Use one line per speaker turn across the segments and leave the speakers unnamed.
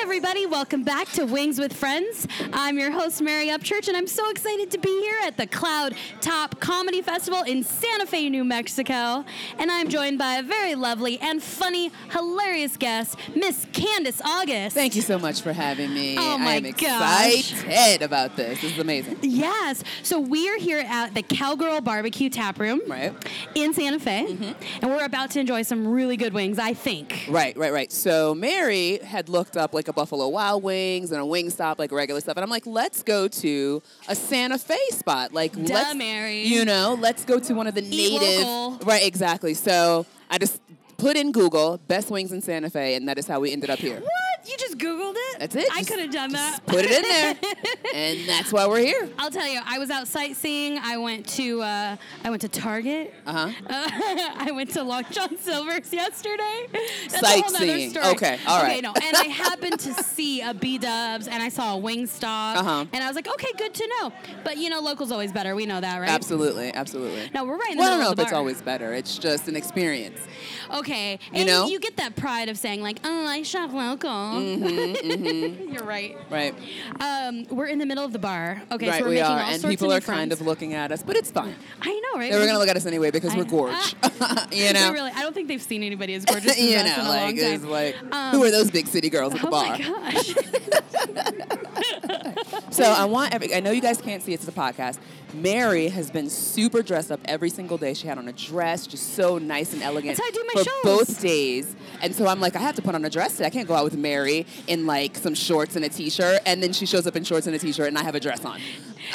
everybody. Welcome back to Wings with Friends. I'm your host, Mary Upchurch, and I'm so excited to be here at the Cloud Top Comedy Festival in Santa Fe, New Mexico. And I'm joined by a very lovely and funny, hilarious guest, Miss Candace August.
Thank you so much for having me.
Oh my
I am
gosh.
excited about this. This is amazing.
Yes. So we are here at the Cowgirl Barbecue Tap Room
Right. Mm-hmm.
in Santa Fe, and we're about to enjoy some really good wings, I think.
Right, right, right. So Mary had looked up like a Buffalo Wild Wings and a wing stop, like regular stuff. And I'm like, let's go to a Santa Fe spot. Like let's
Mary.
You know, let's go to one of the
Eat
native
local.
Right, exactly. So I just put in Google best wings in Santa Fe and that is how we ended up here.
What? You just Googled it?
That's it.
I
Just-
could have done that.
Just put it in there. and that's why we're here.
I'll tell you, I was out sightseeing. I went to uh, I went to Target.
Uh-huh.
Uh, I went to Long John Silver's yesterday. That's A whole nother
Sightseeing.
story.
Okay, all
Okay,
right.
no, and I happened to see a B Dubs, and I saw a Wingstop,
Uh-huh.
and I was like, okay, good to know. But you know, local's always better. We know that, right?
Absolutely, absolutely.
No, we're right in the
Well, I
middle
don't know
of
if
the
it's
bar.
always better. It's just an experience.
Okay,
You
and
know?
you get that pride of saying like, oh, I shop local.
Mm-hmm,
You're right.
Right.
Um, we're in the middle of the bar. Okay,
right,
so we're
we
making
are.
all
and
sorts of
people are
new friends.
kind of looking at us, but it's fine.
I know, right?
They were going to look at us anyway because
I-
we're gorge. you
They
know?
really, I don't think they've seen anybody as gorgeous as
you
us
know,
in a
like,
long time.
it's like,
Um,
who are those big city girls at the
oh
bar?
my gosh!
So I want every, I know you guys can't see it, it's a podcast. Mary has been super dressed up every single day. She had on a dress, just so nice and elegant
That's how I do my
for
shows.
both days. And so I'm like, I have to put on a dress today. I can't go out with Mary in like some shorts and a t-shirt. And then she shows up in shorts and a t-shirt, and I have a dress on.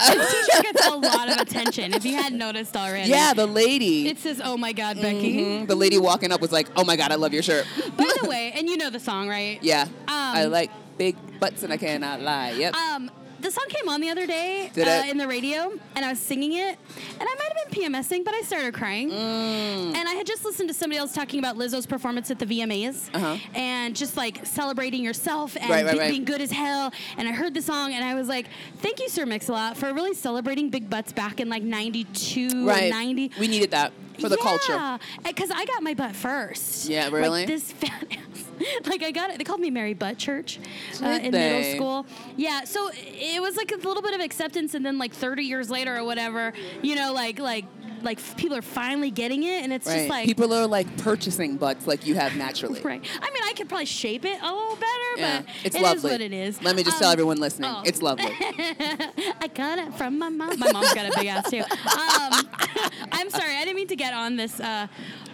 This T-shirt gets a lot of attention. If you had noticed already,
Yeah, the lady,
it says "Oh my God, Becky."
Mhm, the lady walking up was like, "Oh my God, I love your shirt."
By the way, and you know the song, right?
Yeah, I
Um,
like big butts, and I cannot lie. Yep.
Um, the song came on the other day
Did
uh,
it?
in the radio, and I was singing it, and I might have been PMSing, but I started crying.
Mm.
And I had just listened to somebody else talking about Lizzo's performance at the VMAs,
Uh-huh.
and just like celebrating yourself and
Right, right,
be-
right.
being good as hell. And I heard the song, and I was like, "Thank you, Sir Mix-a-Lot, for really celebrating big butts back in like '92
right.
or '90."
We needed that for the culture.
Yeah, because I got my butt first.
Yeah,
Like,
really?
this fat ass. Like I got it. They called me Mary Butt Church uh,
Did
in
they?
middle school. Yeah, so it was like a little bit of acceptance, and then like 30 years later or whatever, you know, like like like f- people are finally getting it, and it's
Right.
just like.
People are like purchasing butts like you have naturally.
Right. I mean, I could probably shape it a little better,
Yeah,
but
it's
it is
lovely.
what it is.
Let me just
Um,
tell everyone listening,
oh.
it's lovely.
I got it from my mom. My mom's got a big ass too. Um, I'm sorry, I didn't mean to get on this. Uh,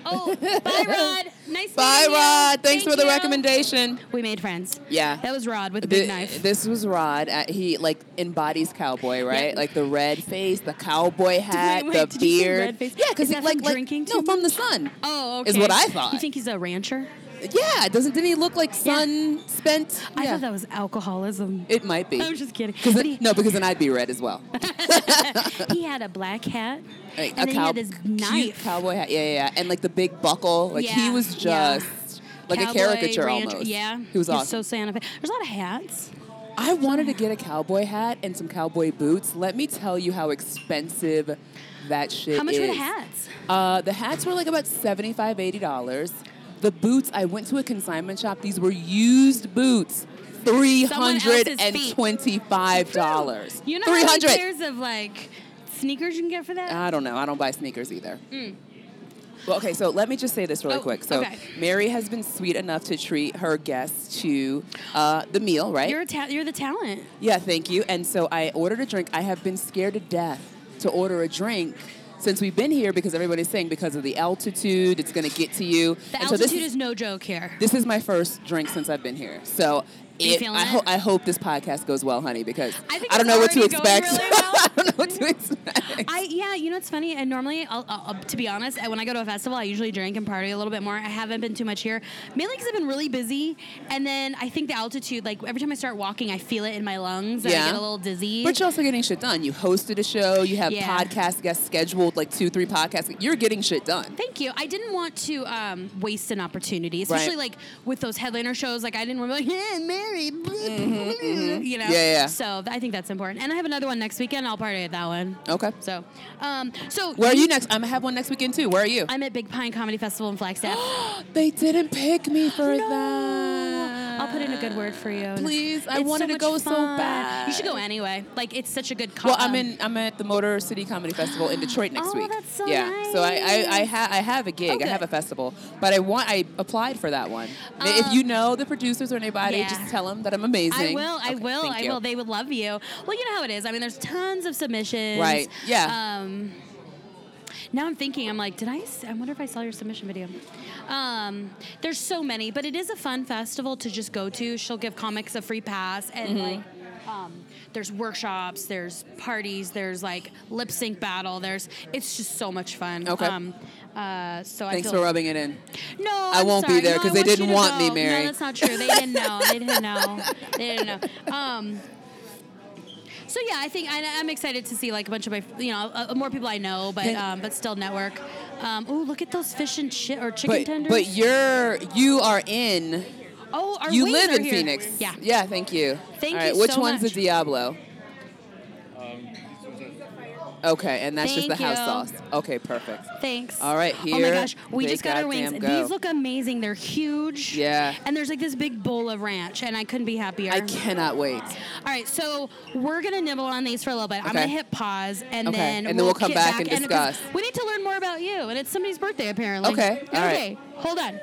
oh, bye, Rod. Nice.
Bye,
meeting you.
Rod. Thanks
Thank
for the
you.
recommendation.
We made friends.
Yeah.
That was Rod with the big
Thi-
knife.
This was Rod. Uh, he like embodies cowboy, right?
Yeah.
Like the red face, the cowboy hat,
wait,
the
did you say
beard.
red face?
Yeah,
Is
because
that
like
from
like
drinking
no,
too
from the sun.
oh, okay.
is what I thought.
You think he's a rancher?
Yeah, doesn't didn't he look like sun spent?
I
Yeah.
thought that was alcoholism.
It might be.
I was just kidding.
'Cause
But
it-
he-
no, because then I'd be red as well.
he had a black hat,
Like,
and then he
cow-
had his
Cute
knife.
cowboy hat. Yeah, yeah, yeah. And like the big buckle. Like he
Yeah,
was
yeah.
just like a
Cowboy,
caricature
rancher-
almost.
Yeah.
He was awesome.
so Santa Fe. There's a lot of hats.
I wanted to get a cowboy hat and some cowboy boots. Let me tell you how expensive that shit
How much were the
is.
hats?
Uh, the hats were like about $75, $80. The boots, I went to a consignment shop. These were used boots. Three
Someone
hundred
else's
and
feet.
twenty-five dollars.
You know
three
how many
hundred. Uh,
pairs of like sneakers you can get for that?
I don't know. I don't buy sneakers either. Well, okay, so let me just say this really
Mm. Oh,
quick. So,
okay.
Mary has been sweet enough to treat her guests to uh, the meal, right?
you're a ta- you're the talent.
yeah, thank you. And so, I ordered a drink. I have been scared to death to order a drink since we've been here because everybody's saying because of the altitude, it's going to get to you.
The
and so
altitude
this
is no joke here.
this is my first drink since I've been here. So
you
it,
feeling
I,
it?
ho- I hope this podcast goes well, honey, because
I
I,
think
don't
it's
know what to
already going
expect.
really well.
I don't know what to expect.
I yeah, you know what's funny? And normally, I'll, I'll, I'll- to be honest, I- when I go to a festival, I usually drink and party a little bit more. I haven't been too much here, mainly because I've been really busy. And then I think the altitude, like every time I start walking, I feel it in my lungs. And I
Yeah.
get a little dizzy.
But you're also getting shit done. You hosted a show. You have
Yeah.
podcast guests scheduled, like two, three podcasts. You're getting shit done.
Thank you. I didn't want to um, waste an opportunity, especially like with those headliner shows. Like I didn't want to be like, yeah, Mary, blah, blah, blah," you know.
Mm-hmm, Yeah, yeah.
So th- I think that's important. And I have another one next weekend. I'll party at that one.
Okay.
So, um, so
Where are you next? I'm gonna have one next weekend too. Where are you?
I'm at Big Pine Comedy Festival in Flagstaff.
they didn't pick me for
No.
that.
I'll put in a good word for you. And
Please, I
it's
wanted to
much
go so bad.
You should go anyway. Like it's such a good. Co-
Well, I'm
um,
in. I'm at the Motor City Comedy Festival in Detroit next
Oh,
week.
that's so
yeah. So I I, I,
nice.
ha- I have a gig.
Oh,
I have
good.
a festival, but I want. I applied for that one. if you know the producers or anybody,
Um, yeah.
just tell them that I'm amazing.
I will. I
Okay,
will.
thank
I
you.
will. They would love you. Well, you know how it is. I mean, there's tons of submissions.
Right. Yeah.
Um, now I'm thinking. I'm like, did I? s- I wonder if I saw your submission video. Um, there's so many, but it is a fun festival to just go to. She'll give comics a free pass,
Mm-hmm.
and like, um, there's workshops, there's parties, there's like lip sync battle. There's it's just so much fun.
Okay.
Um, uh, so
Thanks
I
for
feel
rubbing it in.
no,
I
I'm
won't be
sorry.
there
No,
'cause
I
they
want you
didn't
to
want me,
go.
Mary.
No, that's not true. They didn't know. They didn't know. They didn't know. Um, so yeah, I think I, I'm excited to see like a bunch of my, you know, uh, more people I know, but
Can-
um, but still network. Um, oh, look at those fish and shit or chicken
But
tenders.
but you're you are in.
oh, our
You
wings
live
are
in
here.
Phoenix.
Yeah.
Yeah. Thank you.
Thank
All right.
you
Which
so
one's
much.
the Diablo? Okay, and that's just
Thank
the house
you.
sauce. Okay, perfect.
Thanks.
All right,
Oh my
here
gosh, we
they
just got our wings.
goddamn go.
These look amazing. They're huge.
Yeah.
And there's like this big bowl of ranch, and I couldn't be happier.
I cannot wait.
All right, so we're gonna nibble on these for a little bit. I'm
Okay.
gonna hit pause and
Okay,
then
and then we'll come
get
back and
because
discuss.
we need to learn more about you, and it's somebody's birthday apparently.
Okay, all right.
okay, hold on.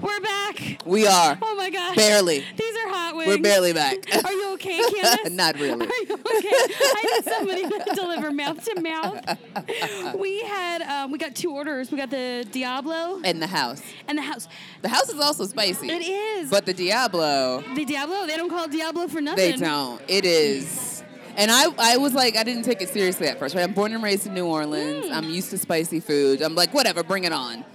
We're back.
We are.
Oh my gosh.
Barely.
These are hot wings.
We're barely back.
Are you okay, Candace?
Not really.
Are you okay? I need somebody to deliver mouth to mouth. We had um, we got two orders. We got the Diablo
In the house.
and the house.
The house is also spicy.
It is.
But the Diablo,
the Diablo. They don't call it Diablo for nothing.
they don't. It is. And I, I was like, I didn't take it seriously at first, right? I'm born and raised in New Orleans.
Mm.
I'm used to spicy food. I'm like, whatever, bring it on.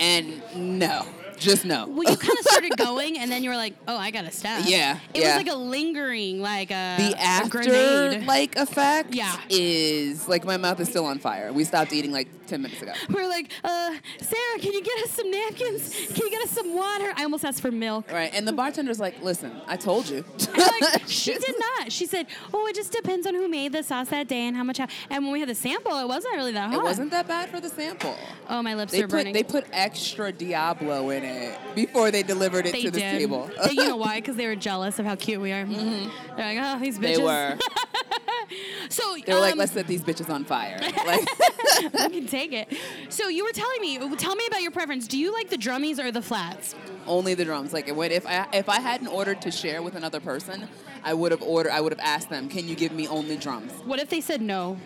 And no, just no.
Well, you kind of started going, and then you were like, "Oh, I gotta stop."
Yeah,
It
yeah.
was like a lingering, like a
the
a
after
grenade.
like effect
Yeah.
is like my mouth is still on fire. We stopped eating like 10 minutes ago.
we're like, uh, Sarah, can you get us some napkins? Can you get us some water? I almost asked for milk.
Right. And the bartender's like, listen, I told you.
I'm like, she did not. She said, "Oh, it just depends on who made the sauce that day and how much." I-. And when we had the sample, it wasn't really that hot.
It wasn't that bad for the sample.
Oh, my lips
They
are
put
Ah. burning.
they put extra Diablo in it before they delivered it
They
to this
did.
table. Mm-hmm.
They- you know why? Because they were jealous of how cute we are. They're like, "Oh, these bitches."
they were.
So
They were like,
um,
let's set these bitches on fire. Like,
I can take it. So you were telling me, tell me about your preference. Do you like the drummies or the flats?
only the drums. Like, it went, if I if I hadn't ordered to share with another person, I would have ordered. I would have asked them, can you give me only drums?
What if they said no?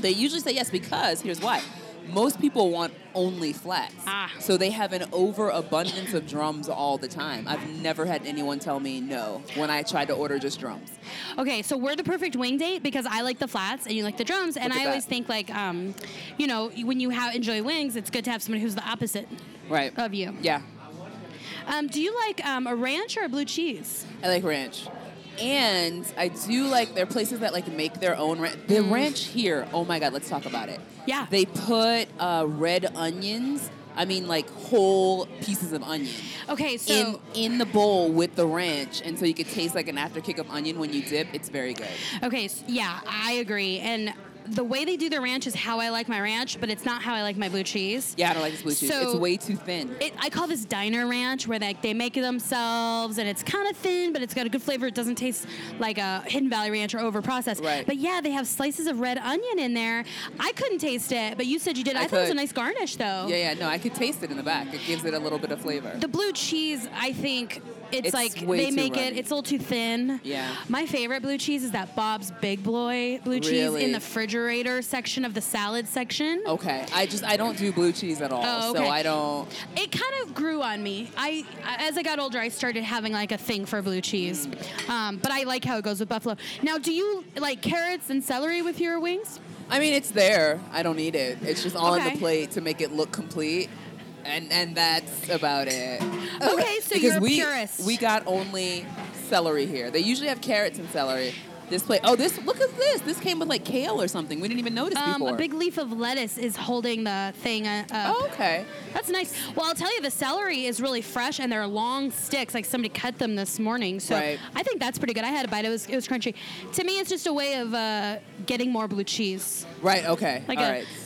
They usually say yes because here's why. Most people want only flats.
Ah.
So they have an overabundance of drums all the time. I've never had anyone tell me no when I tried to order just drums.
Okay, so we're the perfect wing date because I like the flats and you like the drums, and
Look at
I always
that.
think like, um, you know, when you have enjoy wings, it's good to have someone who's the opposite.
Right.
Of you.
Yeah.
Um, do you like um, a ranch or a blue cheese?
I like ranch. And I do like there are places that like make their own ranch. The ranch here, oh my god, let's talk about it.
Mm. Yeah.
They put uh, red onions. I mean, like whole pieces of onion
Okay, so
in in the bowl with the ranch, and so you could taste like an after kick of onion when you dip. It's very good.
Okay, s yeah, I agree. And the way they do their ranch is how I like my ranch, but it's not how I like my blue cheese.
Yeah, I don't like this blue cheese.
So-
it's way too thin.
It, I call this diner ranch where like they make it themselves and it's kind of thin, but it's got a good flavor. It doesn't taste like a Hidden Valley Ranch or overprocessed.
Right.
But yeah, they have slices of red onion in there. I couldn't taste it, but you said you did. I,
I
thought it was a
could.
nice garnish though.
yeah, yeah. No, I could taste it in the back. It gives it a little bit of flavor.
The blue cheese, I think it's,
It's
like
way
they
too
make it.
runny.
It's a little too thin.
Yeah.
My favorite blue cheese is that Bob's Big Boy blue cheese
Really?
in the refrigerator section of the salad section.
okay, I just I don't do blue cheese at all,
Oh,
so
okay.
I don't.
It kind of grew on me. I, as I got older, I started having like a thing for blue cheese, um, but I like how it goes with buffalo. Now, do you like carrots and celery with your wings?
I mean, it's there. I don't need it. It's just on
Okay.
the plate to make it look complete, and and that's about it.
Okay, so
because
you're a
we
purist.
we got only celery here. They usually have carrots and celery. This plate. Oh, this look at this. This came with like kale or something. We didn't even notice
Um,
before.
a big leaf of lettuce is holding the thing. Uh, up.
oh, okay.
That's nice. Well, I'll tell you, the celery is really fresh, and they're long sticks. Like somebody cut them this morning, so
Right.
I think that's pretty good. I had a bite; it was it was crunchy. To me, it's just a way of uh, getting more blue cheese.
Right. Okay.
Like
All
a-
right.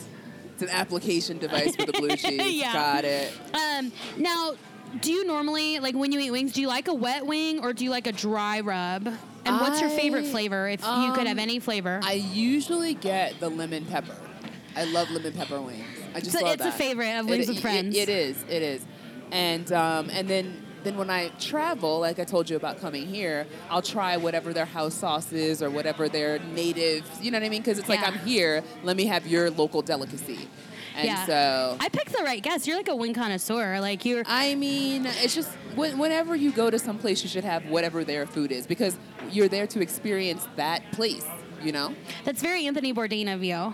It's an application device for the blue cheese.
Yeah.
Got it.
Um, now, do you normally like when you eat wings? Do you like a wet wing or do you like a dry rub? And what's your favorite
I-
flavor if you could have
um,
any flavor?
I usually get the lemon pepper. I love lemon pepper wings. I just
It's a-
love
it's a
that.
favorite of Wings with
it,
Friends.
it is. It is. And um, and then then when I travel, like I told you about coming here, I'll try whatever their house sauce is or whatever their native. You know what I mean? Because it's like
Yeah.
I'm here. Let me have your local delicacy. And so
I picked the right guess. You're like a wing connoisseur. Like you're
I mean, it's just when, whenever you go to some place, you should have whatever their food is because you're there to experience that place. You know?
That's very Anthony Bourdain of you.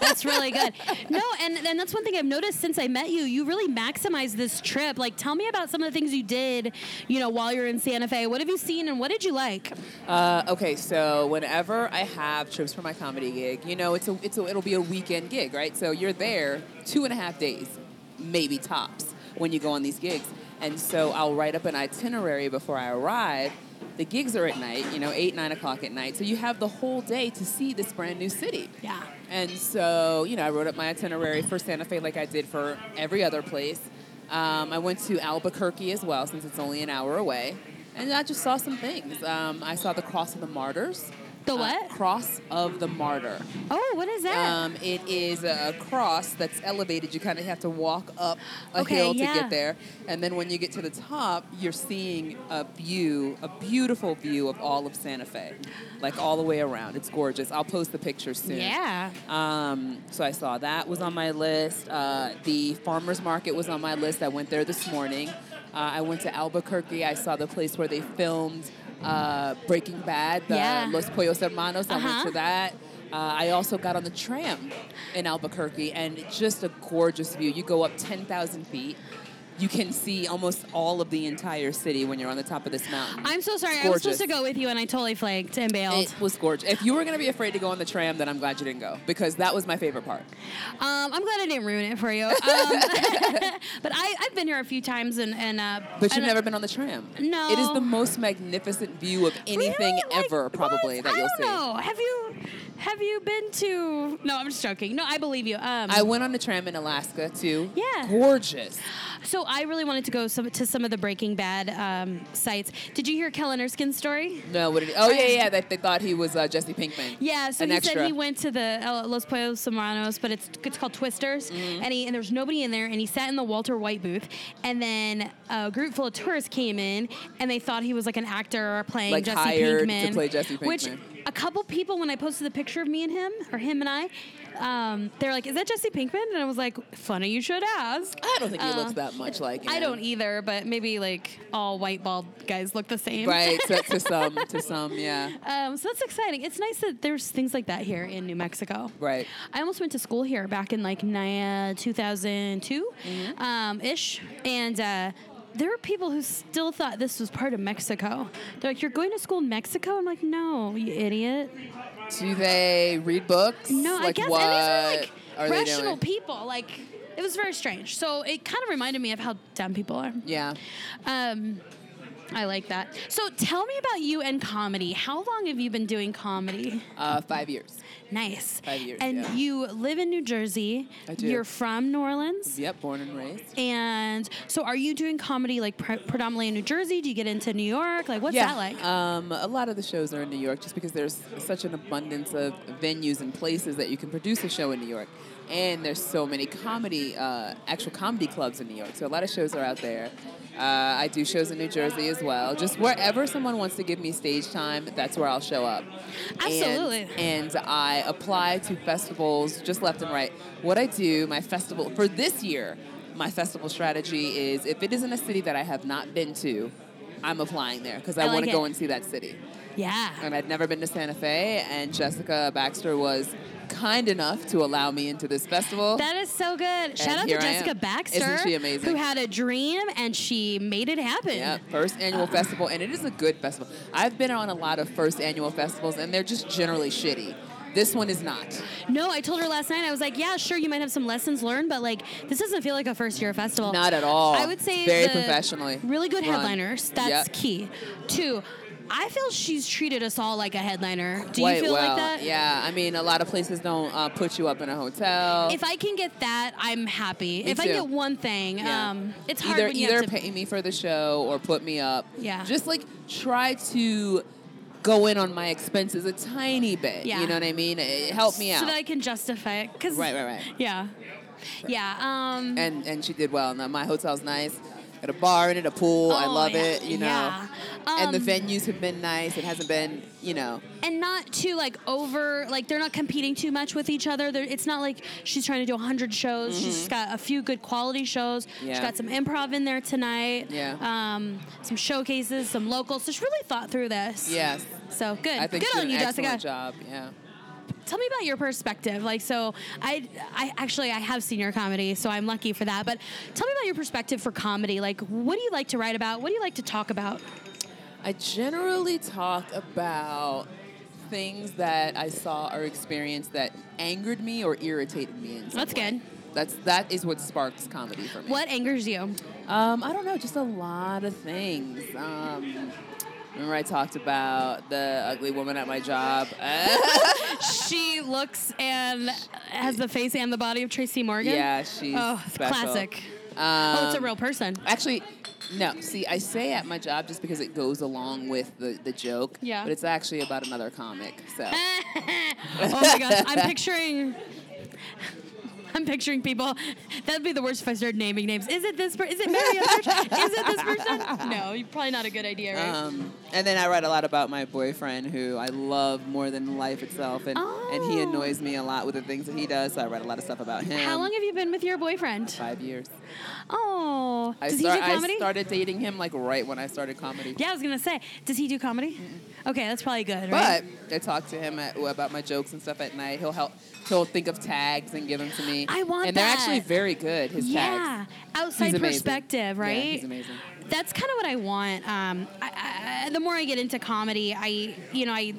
that's really good. No, and, and that's one thing I've noticed since I met you. You really maximize this trip. Like, tell me about some of the things you did, you know, while you're in Santa Fe. What have you seen and what did you like?
Uh, okay, so whenever I have trips for my comedy gig, you know, it's a, it's a, it'll be a weekend gig, right? So you're there two and a half days, maybe tops, when you go on these gigs. And so I'll write up an itinerary before I arrive. The gigs are at night, you know, eight, nine o'clock at night. So you have the whole day to see this brand new city.
Yeah.
And so, you know, I wrote up my itinerary for Santa Fe like I did for every other place. Um, I went to Albuquerque as well, since it's only an hour away. And I just saw some things. Um, I saw the Cross of the Martyrs.
The
Uh,
what?
cross of the Martyr.
Oh, what is that?
Um, it is a cross that's elevated. You kind of have to walk up a
Okay,
hill to
yeah.
get there. And then when you get to the top, you're seeing a view, a beautiful view of all of Santa Fe, like all the way around. It's gorgeous. I'll post the pictures soon.
yeah.
Um, so I saw that was on my list. Uh, the farmers market was on my list. I went there this morning. Uh, I went to Albuquerque. I saw the place where they filmed uh, Breaking Bad, the
Yeah.
Los Pollos Hermanos. I
Uh-huh.
went to that. Uh, I also got on the tram in Albuquerque, and it's just a gorgeous view. You go up 10,000 feet. You can see almost all of the entire city when you're on the top of this mountain.
I'm so sorry. I was
Gorgeous.
supposed to go with you and I totally flaked and bailed.
It was gorgeous. If you were going to be afraid to go on the tram, then I'm glad you didn't go because that was my favorite part.
Um, I'm glad I didn't ruin it for you. Um, but I, I've been here a few times and, and uh,
But you've
and-
never been on the tram.
No.
It is the most magnificent view of anything
Really? Like,
ever, probably,
what?
that
I
you'll
don't
see.
Know. Have you have you been to? No, I'm just joking. No, I believe you. Um,
I went on the tram in Alaska too.
Yeah.
Gorgeous.
so I really wanted to go some, to some of the Breaking Bad um, sites. Did you hear Kellen Erskine's story?
No, what did Oh, yeah, yeah. That they thought he was uh, Jesse Pinkman.
Yeah, so
An
he
extra.
said he went to the El- Los Pueblos Hermanos, but it's it's called Twisters,
Mm-hmm.
and he and there was nobody in there, and he sat in the Walter White booth, and then a group full of tourists came in, and they thought he was like an actor playing
Like,
Jesse
hired to
Pinkman,
play Jesse
which
Pinkman.
a couple people when I posted the picture of me and him, or him and I, um, they're like, "Is that Jesse Pinkman?" And I was like, "Funny you should ask."
I don't think he
Uh,
looks that much like him.
I don't either, but maybe like all white bald guys look the same.
Right, to, to some, to some, yeah.
Um, so that's exciting. It's nice that there's things like that here in New Mexico.
Right.
I almost went to school here back in like ni- 2002
Mm-hmm.
um, ish. And uh, there were people who still thought this was part of Mexico. They're like, You're going to school in Mexico? I'm like, No, you idiot.
Do they read books?
No, I
Like,
guess.
What
And these are
are
like
they
rational
doing?
people. Like, it was very strange. So it kind of reminded me of how dumb people are.
Yeah.
Um, I like that. So tell me about you and comedy. How long have you been doing comedy?
Uh, five years.
Nice.
Five years,
And
yeah.
you live in New Jersey.
I do.
You're from New Orleans.
Yep, born and raised.
And so, are you doing comedy like pre- predominantly in New Jersey? Do you get into New York? Like, what's that like?
Um, a lot of the shows are in New York just because there's such an abundance of venues and places that you can produce a show in New York. And there's so many comedy, uh, actual comedy clubs in New York. So a lot of shows are out there. Uh, I do shows in New Jersey as well. Just wherever someone wants to give me stage time, that's where I'll show up. And-
Absolutely.
And, I apply to festivals just left and right. What I do, my festival, for this year, my festival strategy is if it is in a city that I have not been to, I'm applying there because I,
I
want
like
to go
it.
and see that city.
yeah.
And I'd never been to Santa Fe, and Jessica Baxter was kind enough to allow me into this festival.
That is so good. Shout out to
here I am.
Jessica Baxter.
Isn't she amazing?
Who had a dream and she made it happen.
yeah, first annual festival, and it is a good festival. I've been on a lot of first annual festivals, and they're just generally shitty. This one is not.
No, I told her last night. I was like, yeah, sure, you might have some lessons learned, but like, this doesn't feel like a first year festival.
Not at all.
I would say
Very
the
professionally
Really good
run.
headliners. That's
Yep.
key. Two, I feel she's treated us all like a headliner. Do
Quite
you feel
well.
like that?
Yeah, I mean, a lot of places don't uh, put you up in a hotel.
If I can get that, I'm happy. if I
too.
get one thing,
Yeah.
um, it's hard
either
when you
either
have to.
pay me for the show or put me up.
Yeah.
Just like try to go in on my expenses a tiny bit.
Yeah.
You know what I mean? Eh, Help me out.
So that I can justify it. 'cause-
Right, right, right.
Yeah. Yeah. Um,
and and she did well. Now my hotel's nice. Got a bar in it, a pool. I
Oh,
love
yeah,
it. You know.
yeah.
and the
Um,
venues have been nice. It hasn't been, you know.
and not too like over like they're not competing too much with each other They're, it's not like she's trying to do 100 shows she's got a few good quality shows she's
Mm-hmm. Yeah.
got some improv in there tonight
Yeah.
um, some showcases some locals so she really thought through this
Yes.
so good
I think
good
she did
on
an
you
excellent
jessica
job. Yeah.
tell me about your perspective like so i i actually i have senior comedy so i'm lucky for that but tell me about your perspective for comedy like what do you like to write about what do you like to talk about
I generally talk about things that I saw or experienced that angered me or irritated me. In some
That's
way.
good.
That's that is what sparks comedy for me.
what angers you
Um, I don't know, just a lot of things. Um, remember I talked about the ugly woman at my job.
she looks and has the face and the body of Tracy Morgan.
yeah, she's
oh, it's
special.
classic.
Um,
oh, it's a real person.
Actually, no. See, I say at my job just because it goes along with the, the joke.
Yeah.
But it's actually about another comic. So
oh my gosh, I'm picturing. I'm picturing people. That'd be the worst if I started naming names. Is it this person? Is it Mary Church? Is it this person? No, you're probably not a good idea, right?
Um, and then I write a lot about my boyfriend, who I love more than life itself, and, and he
Oh.
annoys me a lot with the things that he does. So I write a lot of stuff about him.
How long have you been with your boyfriend?
Five years.
Oh,
I,
does
star-
he do comedy?
I started dating him like right when I started comedy.
yeah, I was gonna say, does he do comedy? Okay, that's probably good, right?
But I talk to him at, about my jokes and stuff at night. He'll help. He'll think of tags and give them to me.
I want
And they're
that.
actually very good. His
yeah,
tags. He's
outside
amazing.
perspective,
Yeah,
right?
he's amazing.
that's kind of what I want. Um, I, I, the more I get into comedy, I you know I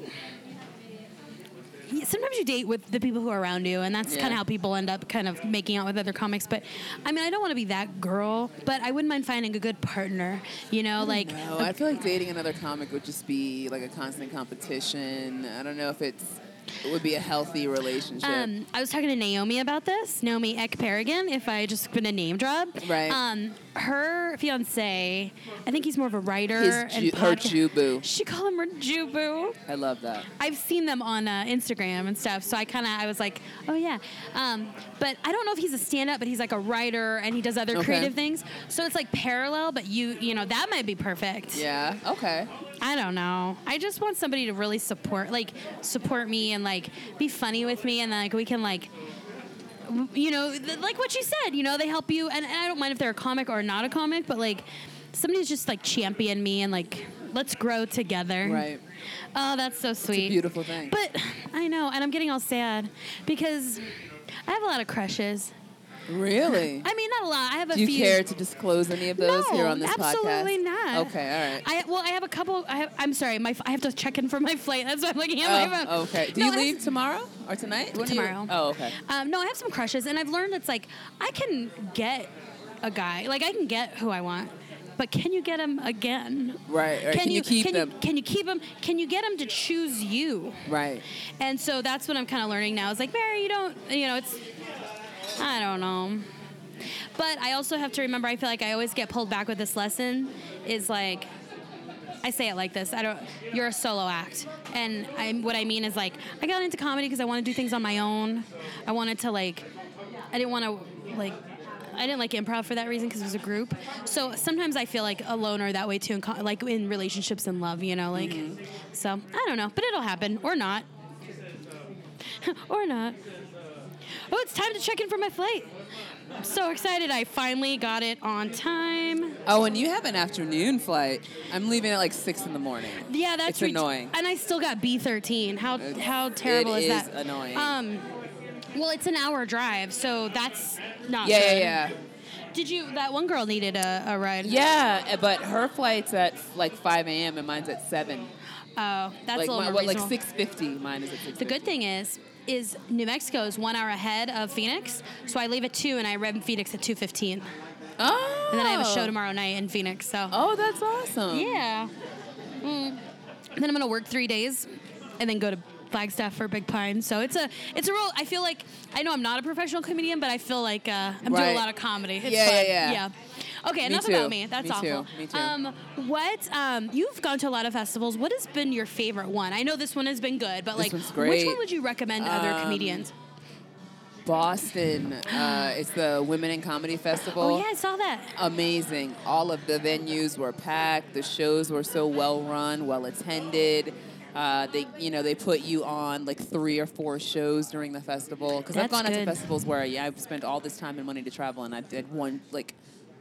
sometimes you date with the people who are around you, and that's
Yeah.
kind of how people end up kind of making out with other comics. But I mean, I don't want to be that girl, but I wouldn't mind finding a good partner. You know, like
Mm, No, I feel like dating another comic would just be like a constant competition. I don't know if it's it would be a healthy relationship.
Um, I was talking to Naomi about this. Naomi Ekperigan, if I just been a name drop.
Right.
Um, her fiance, I think he's more of a writer.
His
and
ju- her
podca-
Jew-boo.
She called him her Jubu.
I love that.
I've seen them on uh, Instagram and stuff, so I kind of I was like, oh yeah, um, but I don't know if he's a stand-up, but he's like a writer and he does other
Okay.
creative things. So it's like parallel, but you you know that might be perfect.
Yeah. Okay.
I don't know. I just want somebody to really support, like support me and like be funny with me, and like we can like. w- You know, th- like what you said, you know, they help you, and, and I don't mind if they're a comic or not a comic, but like somebody's just like champion me and like let's grow together.
Right.
Oh, that's so sweet.
beautiful thing.
But I know, and I'm getting all sad because I have a lot of crushes.
Really?
I mean, not a lot. I have a
Do you
few.
care to disclose any of those
no,
here on this podcast?
absolutely not.
Okay. All right.
I well, I have a couple. I have, I'm sorry. My f- I have to check in for my flight. That's why I'm looking at my phone.
Oh, okay. Do
No,
you
I have-
leave tomorrow or tonight? When do you-
tomorrow?
oh, okay.
Um, no, I have some crushes, and I've learned it's like I can get a guy. Like I can get who I want. But can you get him again?
Right, right. Can you keep
can
them?
You, can you keep him? Can you get him to choose you?
Right.
And so that's what I'm kind of learning now. Is like, Mary, you don't, you know, it's, I don't know. But I also have to remember, I feel like I always get pulled back with this lesson is like, I say it like this. I don't. You're a solo act, and I'm. What I mean is like, I got into comedy because I want to do things on my own. I wanted to like, I didn't want to like. I didn't like improv for that reason because it was a group. So sometimes I feel like a loner that way too, in co- like in relationships and love, you know, like. So I don't know, but it'll happen or not, or not. Oh, it's time to check in for my flight. I'm so excited! I finally got it on time.
Oh, and you have an afternoon flight. I'm leaving at like six in the morning.
Yeah, that's
It's annoying.
And I still got B thirteen. How
It's-
how terrible is
it is
that?
annoying.
Um, well, it's an hour drive, so that's not.
Yeah,
good.
yeah, yeah.
Did you? That one girl needed a, a ride.
Yeah, eh, but her flight's at like 5 a.m. and mine's at 7.
Oh, that's
like
a little
mine-
more
what, like
reasonable.
6:50. Mine is at 6:50.
The good thing is, is New Mexico is one hour ahead of Phoenix, so I leave at two and I arrive in Phoenix at two fifteen,
Oh.
and then I have a show tomorrow night in Phoenix. So
Oh, that's awesome.
yeah, Mm. then I'm gonna work three days, and then go to Flagstaff for Big Pine. So it's a it's a real. I feel like I know I'm not a professional comedian, but I feel like uh, I'm doing
Right.
a lot of comedy. It's
Yeah,
fun.
yeah, yeah.
Okay, enough
too.
about me. That's
Me too.
awful.
Me too.
Um, what um, you've gone to a lot of festivals. What has been your favorite one? I know this one has been good, but like,
one's
which one
great.
would you recommend to other
Um,
comedians?
Boston. Uh, it's the Women in Comedy Festival.
Oh yeah, I saw that.
amazing. All of the venues were packed. The shows were so well run, well attended. Uh, they, you know, they put you on like three or four shows during the festival. Because I've
That's
gone out to
good.
festivals where yeah, I've spent all this time and money to travel, and I did one like,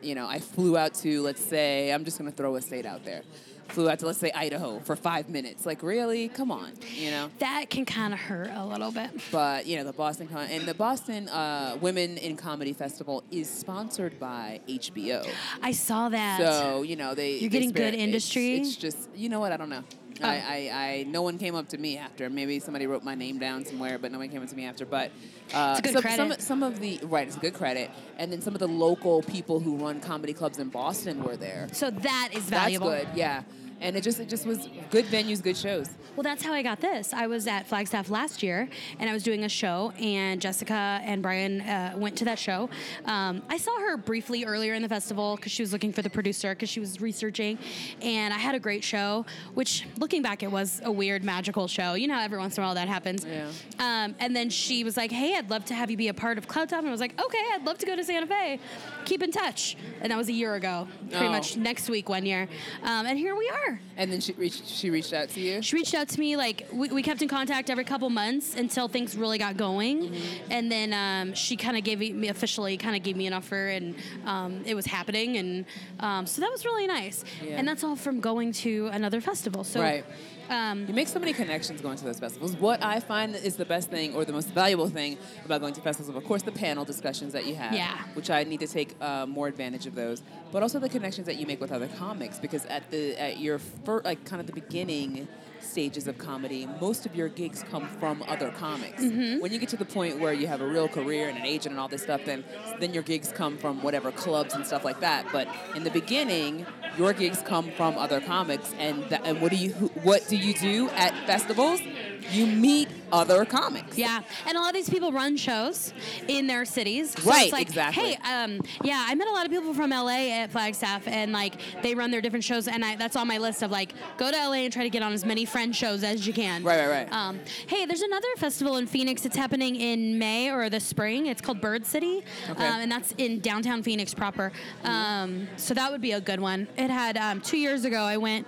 you know, I flew out to let's say I'm just gonna throw a state out there. Flew out to let's say Idaho for five minutes. Like really, come on, you know
That can kind of hurt a little bit.
but you know the Boston Con- and the Boston uh, Women in Comedy Festival is sponsored by HBO.
I saw that.
So you know they
You're
they
getting
spare-
good
it's-
industry? Oh.
It's, just you know what I don't know. I, I, I no one came up to me after. Maybe somebody wrote my name down somewhere, but no one came up to me after. But uh,
It's a good
some,
credit.
Some, some of the right, it's a good credit. And then some of the local people who run comedy clubs in Boston were there.
So that is valuable.
That's good, yeah. And it just it just was good venues, good shows.
Well, that's how I got this. I was at Flagstaff last year, and I was doing a show, and Jessica and Brian uh, went to that show. Um, I saw her briefly earlier in the festival because she was looking for the producer because she was researching, and I had a great show. Which, looking back, it was a weird magical show. You know, how every once in a while that happens.
Yeah.
Um, and then she was like, "Hey, I'd love to have you be a part of Cloud Top," and I was like, "Okay, I'd love to go to Santa Fe. Keep in touch." And that was a year ago, pretty
Oh.
much next week, one year, um, and here we are.
And then she reached she reached out to you.
She reached out to me like we, we kept in contact every couple months until things really got going,
Mm-hmm.
and then um, she kind of gave me officially kind of gave me an offer, and um, it was happening, and um, so that was really nice.
Yeah.
And that's all from going to another festival. So
Right.
um,
You make so many connections going to those festivals. What I find is the best thing or the most valuable thing about going to festivals, of course, the panel discussions that you have,
Yeah.
which I need to take uh, more advantage of those, but also the connections that you make with other comics because at the at your fir- like kind of the beginning stages of comedy, most of your gigs come from other comics. When you get to the point where you have a real career and an agent and all this stuff, then then your gigs come from whatever clubs and stuff like that. But in the beginning, your gigs come from other comics, and th- and what do you who, what do you do at festivals? You meet other comics.
Yeah, and a lot of these people run shows in their cities. So
Right,
it's like,
exactly.
Hey, um, yeah, I met a lot of people from LA at Flagstaff, and like they run their different shows, and I, that's on my list of like go to LA and try to get on as many friend shows as you can.
Right, right, right.
Um, hey, there's another festival in Phoenix. It's happening in May or the spring. It's called Bird City,
Okay.
um, and that's in downtown Phoenix proper. Um, so that would be a good one. It had um, two years ago. I went.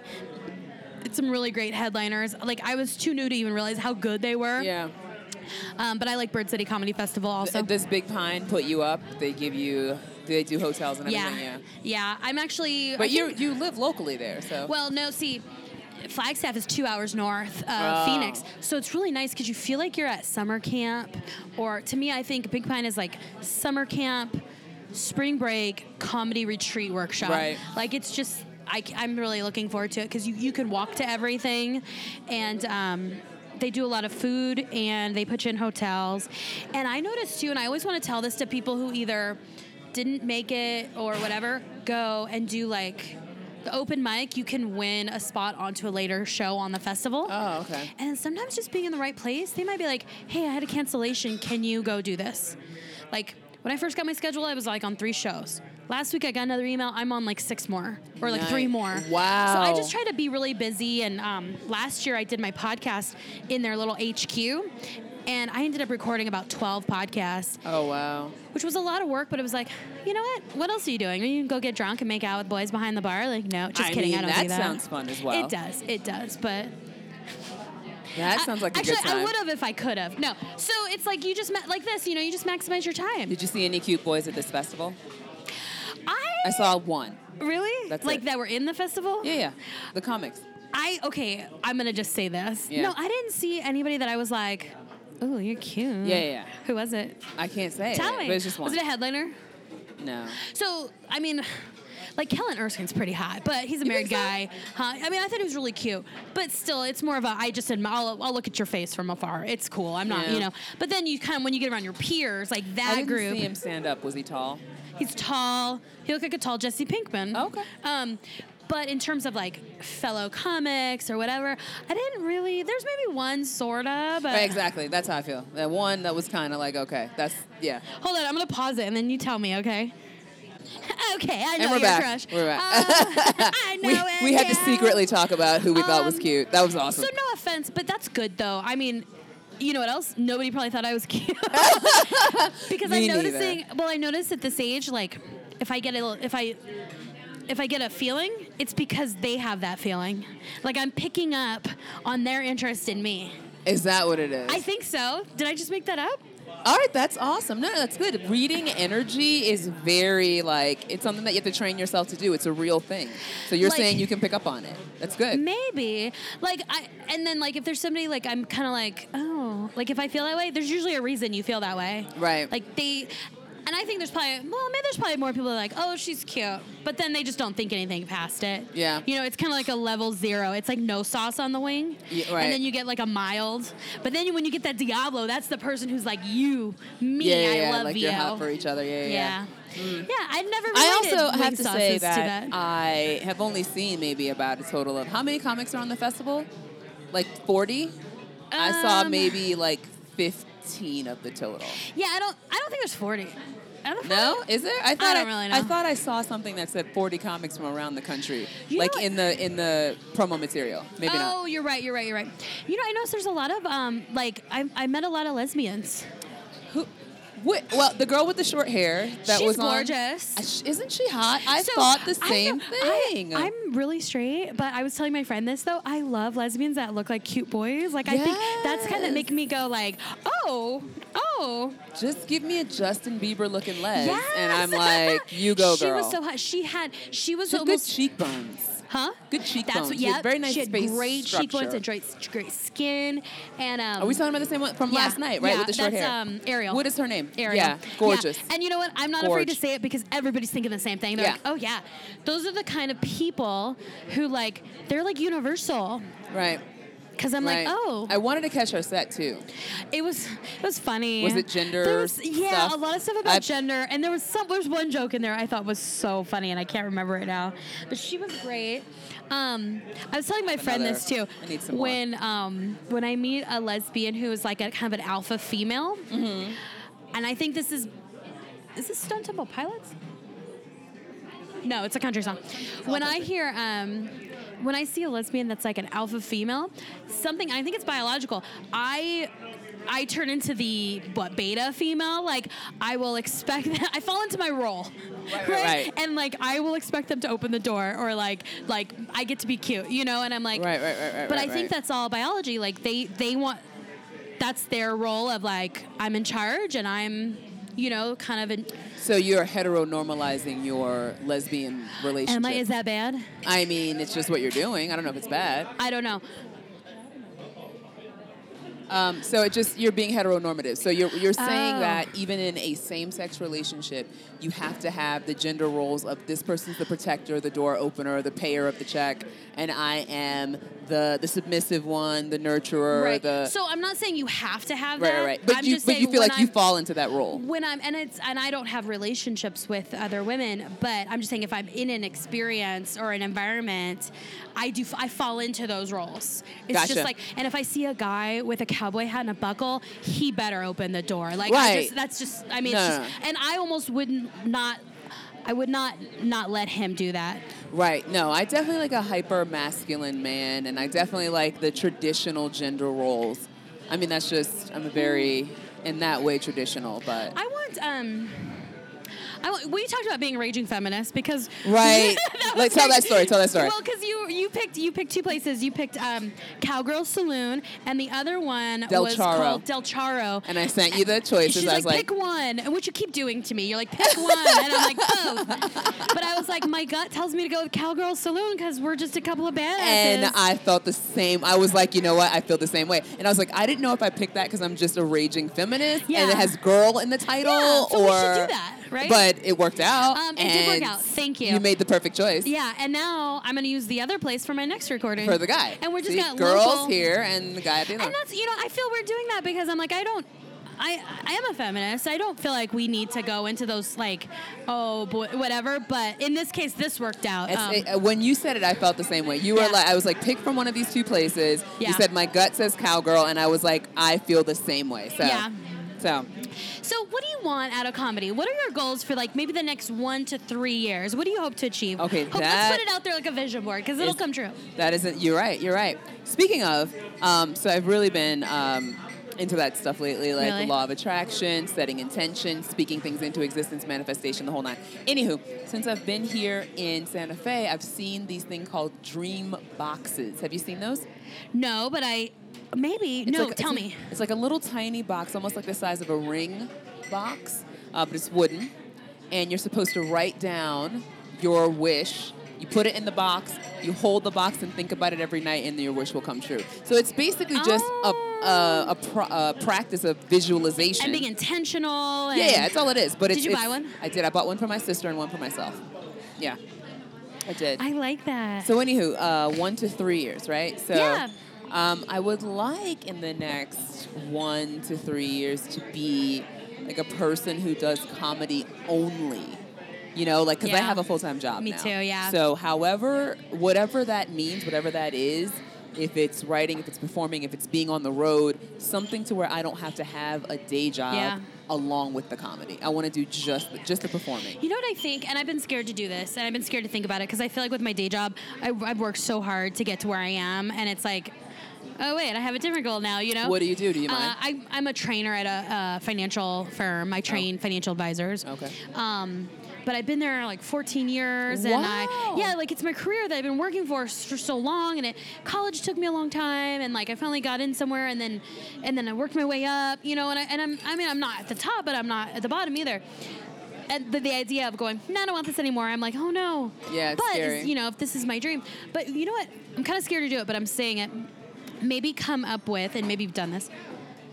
It's some really great headliners. Like I was too new to even realize how good they were.
Yeah.
Um, but I like Bird City Comedy Festival also.
Th- Does Big Pine put you up? They give you. Do they do hotels and
yeah.
everything? Yeah.
Yeah, I'm actually. I
But you
think-
you live locally there, so
Well, no, see. Flagstaff is two hours north of
Oh.
Phoenix, so it's really nice because you feel like you're at summer camp. Or to me, I think Big Pine is like summer camp, spring break, comedy retreat workshop.
Right.
Like it's just, I, am really looking forward to it because you, you can walk to everything, and um, they do a lot of food and they put you in hotels. And I noticed too, and I always want to tell this to people who either didn't make it or whatever, go and do like the open mic. You can win a spot onto a later show on the festival.
Oh, okay.
And sometimes just being in the right place, they might be like, hey, I had a cancellation. Can you go do this? Like, when I first got my schedule, I was like on three shows. Last week, I got another email. I'm on like six more or like three
Nice.
more.
Wow.
So I just try to be really busy. And um, last year, I did my podcast in their little HQ. And I ended up recording about 12 podcasts,
Oh wow.
which was a lot of work, but it was like, you know what? What else are you doing? Are you can go get drunk and make out with boys behind the bar? Like, no, just
I
kidding.
mean,
I don't
that
do that.
sounds fun as well.
It does. It does. But
That
I-
sounds like a
actually,
good time.
I would have if I could have. No, so it's like you just ma- like this. You know, you just maximize your time.
Did you see any cute boys at this festival? I
I
saw one.
really
That's
like
it.
that were in the festival.
Yeah, yeah. The comics.
I okay. I'm gonna just say this.
Yeah.
No, I didn't see anybody that I was like, oh, you're cute.
Yeah, yeah, yeah.
Who was it?
I can't say.
Tell
it,
me.
But it's just one.
Was it a headliner?
No.
So, I mean, like Kellen Erskine's pretty hot, but he's a married
think so?
guy. Huh? I mean, I thought he was really cute, but still, it's more of a I just admire. I'll, I'll look at your face from afar. It's cool. I'm not,
Yeah.
you know. But then you kind of when you get around your peers, like
I
that
didn't
group.
see him stand up. Was he tall?
He's tall. He looked like a tall Jesse Pinkman.
Oh, Okay.
Um, but in terms of like fellow comics or whatever, I didn't really. There's maybe one sorta, but
Right, exactly. That's how I feel. That one that was kind of like, okay, that's, yeah.
Hold on, I'm gonna pause it and then you tell me, okay? Okay, I know
And we're
your
back.
crush.
We're back.
Um, I know
we,
it.
we had to
yeah.
secretly talk about who we thought was
Um,
cute. That was awesome.
So no offense, but that's good though. I mean, you know what else? Nobody probably thought I was cute because
Me
I'm
neither.
noticing. Well, I notice at this age, like if I get a little, if I if I get a feeling, it's because they have that feeling. Like I'm picking up on their interest in me.
Is that what it is?
I think so. Did I just make that up?
All right, that's awesome. No, no, that's good. Reading energy is very like it's something that you have to train yourself to do. It's a real thing. So you're
Like-
saying you can pick up on it. That's good.
Maybe. Like I and then like if there's somebody like I'm kind of like, oh, like if I feel that way, there's usually a reason you feel that way.
Right.
Like they and I think there's probably well, maybe there's probably more people that are like, "Oh, she's cute." But then they just don't think anything past it.
Yeah.
You know, it's kind of like a level 0. It's like no sauce on the wing.
Yeah, right.
And then you get like a mild. But then when you get that Diablo, that's the person who's like, "You, me,
yeah, yeah,
I
yeah.
love
like
you."
you're hot for each other. Yeah, yeah. yeah.
yeah. Yeah, I never
I
related
also
wing
have to
sauces
say that, uh,
to that.
I have only seen maybe about a total of how many comics are on the festival? Like 40? I saw
Um,
maybe like 15 of the total.
Yeah, I don't. I don't think there's forty. I don't
No, is there? I thought
don't really know.
I thought I saw something that said 40 comics from around the country,
You
like
know what-
in the in the promo material. Maybe
oh,
not.
you're right. You're right. You're right. You know, I noticed there's a lot of um, like I, I met a lot of lesbians.
Who? What, well, the girl with the short hair that
She's
was on-
gorgeous.
Uh, sh- Isn't she hot? I
So,
thought the
I
same
know- I-
thing.
I'm really straight, but I was telling my friend this though. I love lesbians that look like cute boys. Like I think that's kind
Yes.
of making me go like, oh, oh,
Just give me a Justin Bieber looking leg,
yes.
and I'm like, you go,
She
girl.
was so hot. She had. She was
She had good
almost
cheekbones.
huh.
Good cheekbones.
That's what.
She had
Yeah.
very nice
She had
face
great cheekbones
structure.
and great, great skin. And um,
Are we talking about the same one from
Yeah,
last night, right?
yeah,
with the short
that's,
hair.
um, Ariel.
What is her name?
Ariel.
Yeah, gorgeous.
And you know what? I'm not afraid to
Gorge.
say it because everybody's thinking the same thing. They're
Yeah.
like, oh yeah, those are the kind of people who like they're like universal.
Right.
Because I'm
right.
like, oh,
I wanted to catch her set too.
it was it was funny.
Was it gender
There was- yeah,
stuff?
a lot of stuff about
I-
gender, and there was some there was one joke in there I thought was so funny, and I can't remember it now. But she was great. Um, I was telling my friend
Another-
this too.
I need some more.
when um, when I meet a lesbian who is like a kind of an alpha female,
Mm-hmm.
and I think this is is this Stone Temple Pilots? No, it's a country song. When I hear, um, when I see a lesbian that's like an alpha female, something I think it's biological. I, I turn into the what beta female. Like I will expect that I fall into my role,
Right, right, right.
And like I will expect them to open the door or like like I get to be cute, you know. And I'm like,
Right, right, right, right,
But
right,
I think
right.
that's all biology. Like they they want that's their role of like I'm in charge and I'm you know kind of in.
So you're heteronormalizing your lesbian relationship.
Am I? Is that bad?
I mean, it's just what you're doing. I don't know if it's bad.
I don't know.
Um, so it just you're being heteronormative. So you're you're saying
Oh.
that even in a same-sex relationship, you have to have the gender roles of this person's the protector, the door opener, the payer of the check, and I am the the submissive one, the nurturer,
right.
the
so I'm not saying you have to have
right,
that.
right, right. But
I'm
you
just
but
saying
you feel
when
like you
I'm-
fall into that role.
when I'm and it's and I don't have relationships with other women, but I'm just saying if I'm in an experience or an environment, I do I fall into those roles. It's
Gotcha.
just like and if I see a guy with a cowboy hat and a buckle, he better open the door. Like I
Right.
just, that's just I mean
No,
it's
no,
just and I almost wouldn't not I would not not let him do that.
Right. No, I definitely like a hyper masculine man, and I definitely like the traditional gender roles. I mean, that's just I'm a very in that way traditional, but
I want um I want, we talked about being a raging feminist because
right.
That
like
was
tell
very-
that story. Tell that story.
Well, because you you picked you picked two places. You picked um, Cowgirl Saloon, and the other one
Del
was
Charo.
called Del Charo.
and I sent you the choices.
She's
I
like,
was like,
pick one, and what you keep doing to me. You're like, pick one, and I'm like, both. But I was like, my gut tells me to go with Cowgirl Saloon because we're just a couple of badasses.
and I felt the same. I was like, you know what? I feel the same way. And I was like, I didn't know if I picked that because I'm just a raging feminist, and
Yeah.
it has "girl" in the title,
yeah, so
or
we should do that. Right?
But it worked out.
Um, it did work
and
out. Thank you.
You made the perfect choice.
Yeah, and now I'm going to use the other place for my next recording.
For the guy.
And we're just
See,
got
girls
local-
here and the guy at the other.
And that's you know I feel we're doing that because I'm like I don't. I, I am a feminist. I don't feel like we need to go into those like, oh boy, whatever. But in this case, this worked out.
It's, uh,
Um,
it- when you said it, I felt the same way. You were
Yeah.
like, I was like, pick from one of these two places.
Yeah.
You said my gut says cowgirl, and I was like, I feel the same way. So,
Yeah.
so
so, what do you want out of comedy? What are your goals for like maybe the next one to three years? What do you hope to achieve?
Okay,
hope,
that
let's put it out there like a vision board because it'll
is-
come true.
That isn't. You're right. You're right. Speaking of, um, so I've really been um, into that stuff lately, like
Really?
the law of attraction, setting intention, speaking things into existence, manifestation, the whole nine. Anywho, since I've been here in Santa Fe, I've seen these thing called dream boxes. Have you seen those?
No, but I maybe
It's
no.
like-
tell
it's
me.
Like, it's like a little tiny box, almost like the size of a ring box, uh, but it's wooden. And you're supposed to write down your wish. You put it in the box, you hold the box and think about it every night, and your wish will come true. So it's basically just a,
Oh.
a, a, pro, a practice of visualization.
And being intentional. And
yeah, yeah, that's all it is. But
Did
it's,
you buy
it's-
one?
I did. I bought one for my sister and one for myself. Yeah, I did.
I like that.
So anywho, uh, one to three years, right? So
Yeah.
um, I would like in the next one to three years to be like a person who does comedy only. You know, like because I
Yeah.
have a full time job.
Me
now.
too, yeah.
So however, whatever that means, whatever that is. If it's writing, if it's performing, if it's being on the road, something to where I don't have to have a day job
Yeah.
along with the comedy. I want to do just just the performing.
You know what I think, and I've been scared to do this, and I've been scared to think about it because I feel like with my day job, I, I've worked so hard to get to where I am, and it's like, oh wait, I have a different goal now. You know.
What do you do? Do you mind?
Uh, I, I'm a trainer at a, uh financial firm. I train financial advisors.
Oh. Okay.
Um, but I've been there like 14 years, and I
Wow.
yeah, like it's my career that I've been working for s- for so long, and it college took me a long time, and like I finally got in somewhere, and then and then I worked my way up, you know, and I and I'm I mean I'm not at the top, but I'm not at the bottom either. And the, the idea of going, no, I don't want this anymore. I'm like, oh no.
Yeah, it's
but
scary.
you know, if this is my dream, but you know what? I'm kind of scared to do it, but I'm saying it. Maybe come up with, and maybe you've done this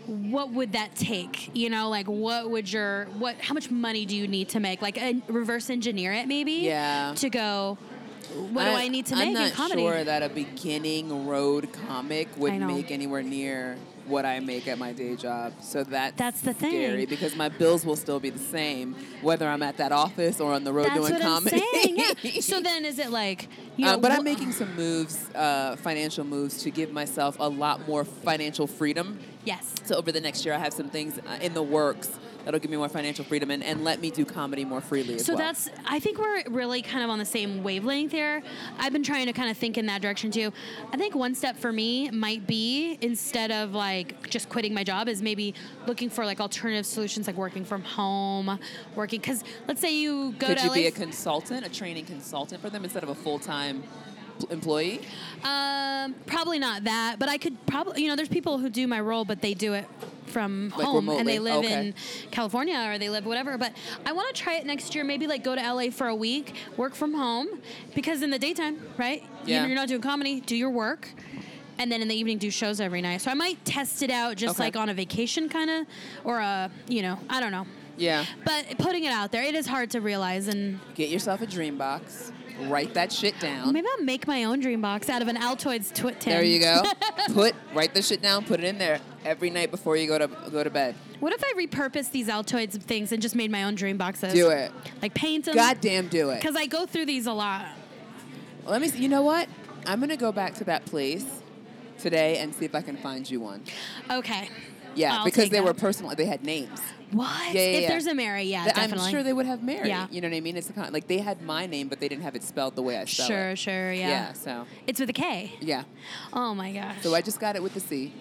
what would that take? You know, like what would your what? How much money do you need to make? Like en- reverse engineer it, maybe.
Yeah.
To go, what do I need to
I'm
make
not
in comedy?
sure that a beginning road comic would
I know.
make anywhere near what I make at my day job. So that's
That's the thing.
scary because my bills will still be the same whether I'm at that office or on the road
That's
doing
what
comedy.
I'm saying. Yeah. So then, is it like you know?
Uh, but
wh-
I'm making some moves, uh, financial moves, to give myself a lot more financial freedom.
yes.
So over the next year, I have some things uh, in the works that'll give me more financial freedom and, and let me do comedy more freely as
So
well.
that's I think we're really kind of on the same wavelength there. I've been trying to kind of think in that direction too. I think one step for me might be instead of like just quitting my job is maybe looking for like alternative solutions like working from home, working cuz let's say you go
Could
to
you
LA
be a consultant, a training consultant for them instead of a full-time pl- employee?
Um, probably not that, but I could probably, you know, there's people who do my role, but they do it from
Like
home and they
remotely,
live
okay.
in California or they live whatever. But I want to try it next year. Maybe like go to LA for a week, work from home, because in the daytime, right? You-
Yeah.
You're not doing comedy, do your work. And then in the evening, do shows every night. So I might test it out just
Okay.
like on a vacation kind of, or a, you know, I don't know.
Yeah.
But putting it out there, it is hard to realize. And
Get yourself a dream box. Write that shit down.
maybe I'll make my own dream box out of an Altoids Twit tin.
Oh. There you go. put write the shit down. Put it in there every night before you go to go to bed.
What if I repurposed these Altoids things and just made my own dream boxes?
Do it.
Like paint them.
Goddamn, do it.
Because I go through these a lot.
Let me. See, you know what? I'm gonna go back to that place today and see if I can find you one.
Okay.
Yeah,
I'll
because
take
they
that.
were personal. They had names.
What?
Yeah, yeah,
if
yeah.
there's a Mary, yeah,
Th-
definitely.
I'm sure they would have Mary.
Yeah.
You know what I mean? It's the kind like they had my name, but they didn't have it spelled the way I spell
Sure,
it.
sure, yeah.
Yeah. So
It's with a K.
yeah.
Oh my gosh.
So I just got it with the C.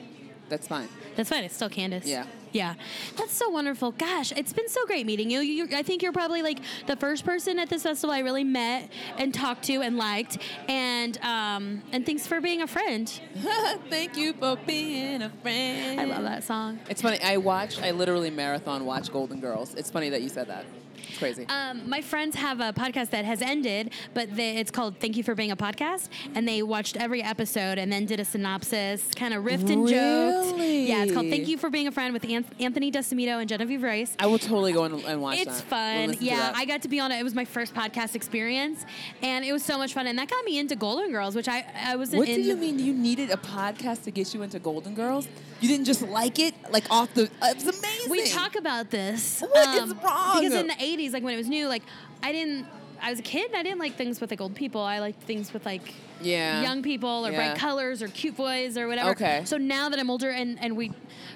That's fine.
That's fine. It's still Candace.
Yeah.
Yeah. That's so wonderful. Gosh, it's been so great meeting you. you I think you're probably like the first person at this festival I really met and talked to and liked. And um, and thanks for being a friend.
Thank you for being a friend.
I love that song.
It's funny. I watch. I literally marathon watch Golden Girls. It's funny that you said that. It's crazy.
Um, my friends have a podcast that has ended, but they, it's called "Thank You for Being a Podcast," and they watched every episode and then did a synopsis, kind of riffed and joked. Yeah, it's called
Really?
"Thank You for Being a Friend" with An- Anthony Desimido and Genevieve Rice.
I will totally go and, and watch
It's
that. We'll
fun.
listen to
Yeah,
that.
I got to be on it. It was my first podcast experience, and it was so much fun. And that got me into Golden Girls, which I I was.
What
in
do you mean? You needed a podcast to get you into Golden Girls? You didn't just like it, like off the. It was amazing.
We talk about this. um,
What is wrong?
Because in the '80s, like when it was new, like I didn't. I was a kid and I didn't like things with like old people. I liked things with like
Yeah.
young people or
Yeah.
bright colors or cute boys or whatever.
Okay.
So now that I'm older and, and we,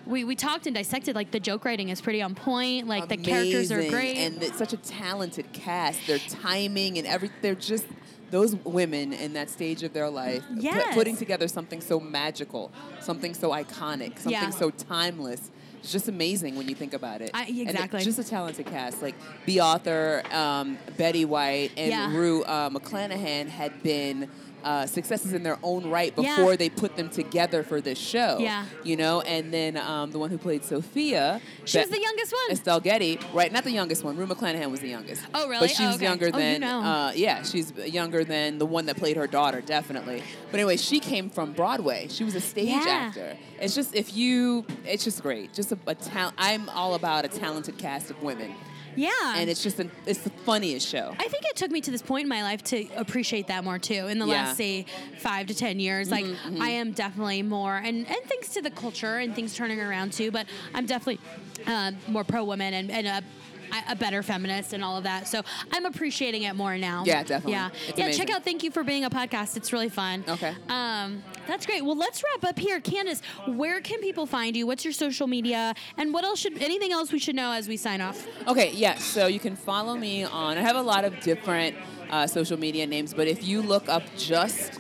we we talked and dissected, like the joke writing is pretty on point. Like the characters are
Amazing.
great.
and it's such a talented cast. Their timing and every they're just those women in that stage of their life pu-
Yes.
putting together something so magical, something so iconic, something
Yeah.
so timeless. It's just amazing when you think about it.
I-
And it-
exactly.
just a talented cast. Like the author, um, Betty White and
Yeah.
Rue uh, McClanahan had been. Uh, successes in their own right
Yeah.
before they put them together for this show.
Yeah.
You know, and then um, the one who played Sophia.
she was
Be-
the youngest one.
Estelle Getty, right? Not the youngest one. Rue McClanahan was the youngest.
Oh, really?
But she
Oh,
was
okay.
younger
Oh, you
than.
know.
uh, yeah, she's younger than the one that played her daughter, definitely. But anyway, she came from Broadway. She was a stage
Yeah.
actor. It's just if you, it's just great. Just a, a talent. I'm all about a talented cast of women,
yeah.
and it's just an, it's the funniest show.
I think it took me to this point in my life to appreciate that more too. In the
Yeah. Mm-hmm,
last say five to ten years, like I am definitely more, and and thanks to the culture and things turning around too. But I'm definitely uh, more pro woman and and a. A better feminist and all of that, so I'm appreciating it more now.
Yeah, definitely.
Yeah,
It's
yeah.
amazing.
Check out "Thank You for Being a Podcast." It's really fun.
Okay.
um, that's great. Well, let's wrap up here, Candace. Where can people find you? What's your social media, and what else should anything else we should know as we sign off?
Okay, yeah. So you can follow me on. I have a lot of different uh, social media names, but if you look up just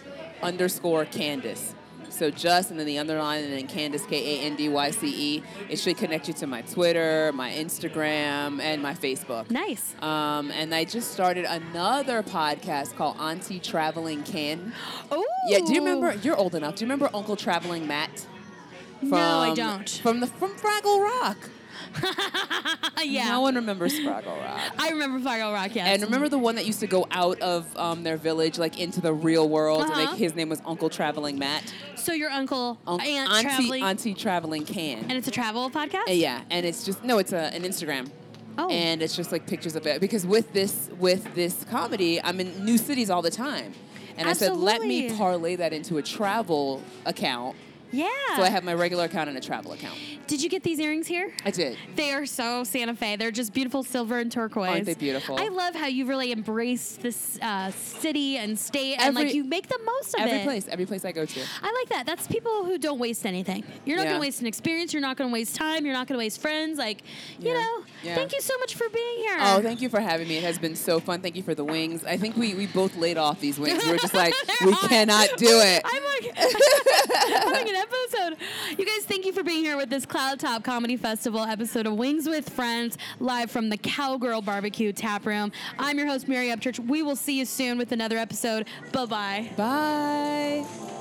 underscore Candace, so just and then the underline and then Candace K A N D Y C E, it should connect you to my Twitter, my Instagram, and my Facebook.
Nice.
Um, and I just started another podcast called Auntie Traveling Can.
Oh,
Yeah, do you remember? You're old enough. Do you remember Uncle Traveling Matt?
No, I
From-
don't.
From the from Fraggle Rock.
yeah.
No one remembers Fraggle Rock.
I remember Fargo Rock, yes.
And remember the one that used to go out of um, their village, like into the real world, and
Uh-huh.
like, his name was Uncle Traveling Matt,
so your uncle,
Un-
aunt
Auntie
traveling,
Auntie Traveling Can.
and it's a travel podcast.
Uh, yeah, and it's just no, it's a, an Instagram.
Oh.
And it's just like pictures of it because with this with this comedy, I'm in new cities all the time, and I said, let me
Absolutely.
parlay that into a travel account.
Yeah.
So I have my regular account and a travel account.
Did you get these earrings here?
I did.
They are so Santa Fe. They're just beautiful silver and turquoise.
Aren't they beautiful?
I love how you've really embraced this uh, city and state, and
Every-
like you make the most of it.
Every place, every place I go to.
I like that. That's people who don't waste anything. You're not
Yeah.
going to waste an experience. You're not going to waste time. You're not going to waste friends. Like, you
Yeah.
know,
Yeah.
thank you so much for being here.
Oh, thank you for having me. It has been so fun. Thank you for the wings. I think we, we both laid off these wings. We were just like,
They're
we
hot.
cannot do it.
I'm like having an episode. You guys, thank you for being here with this Cloud Top Comedy Festival episode of Wings with Friends, live from the Cowgirl Barbecue Tap Room. I'm your host, Mary Upchurch. We will see you soon with another episode. Bye bye.
Bye.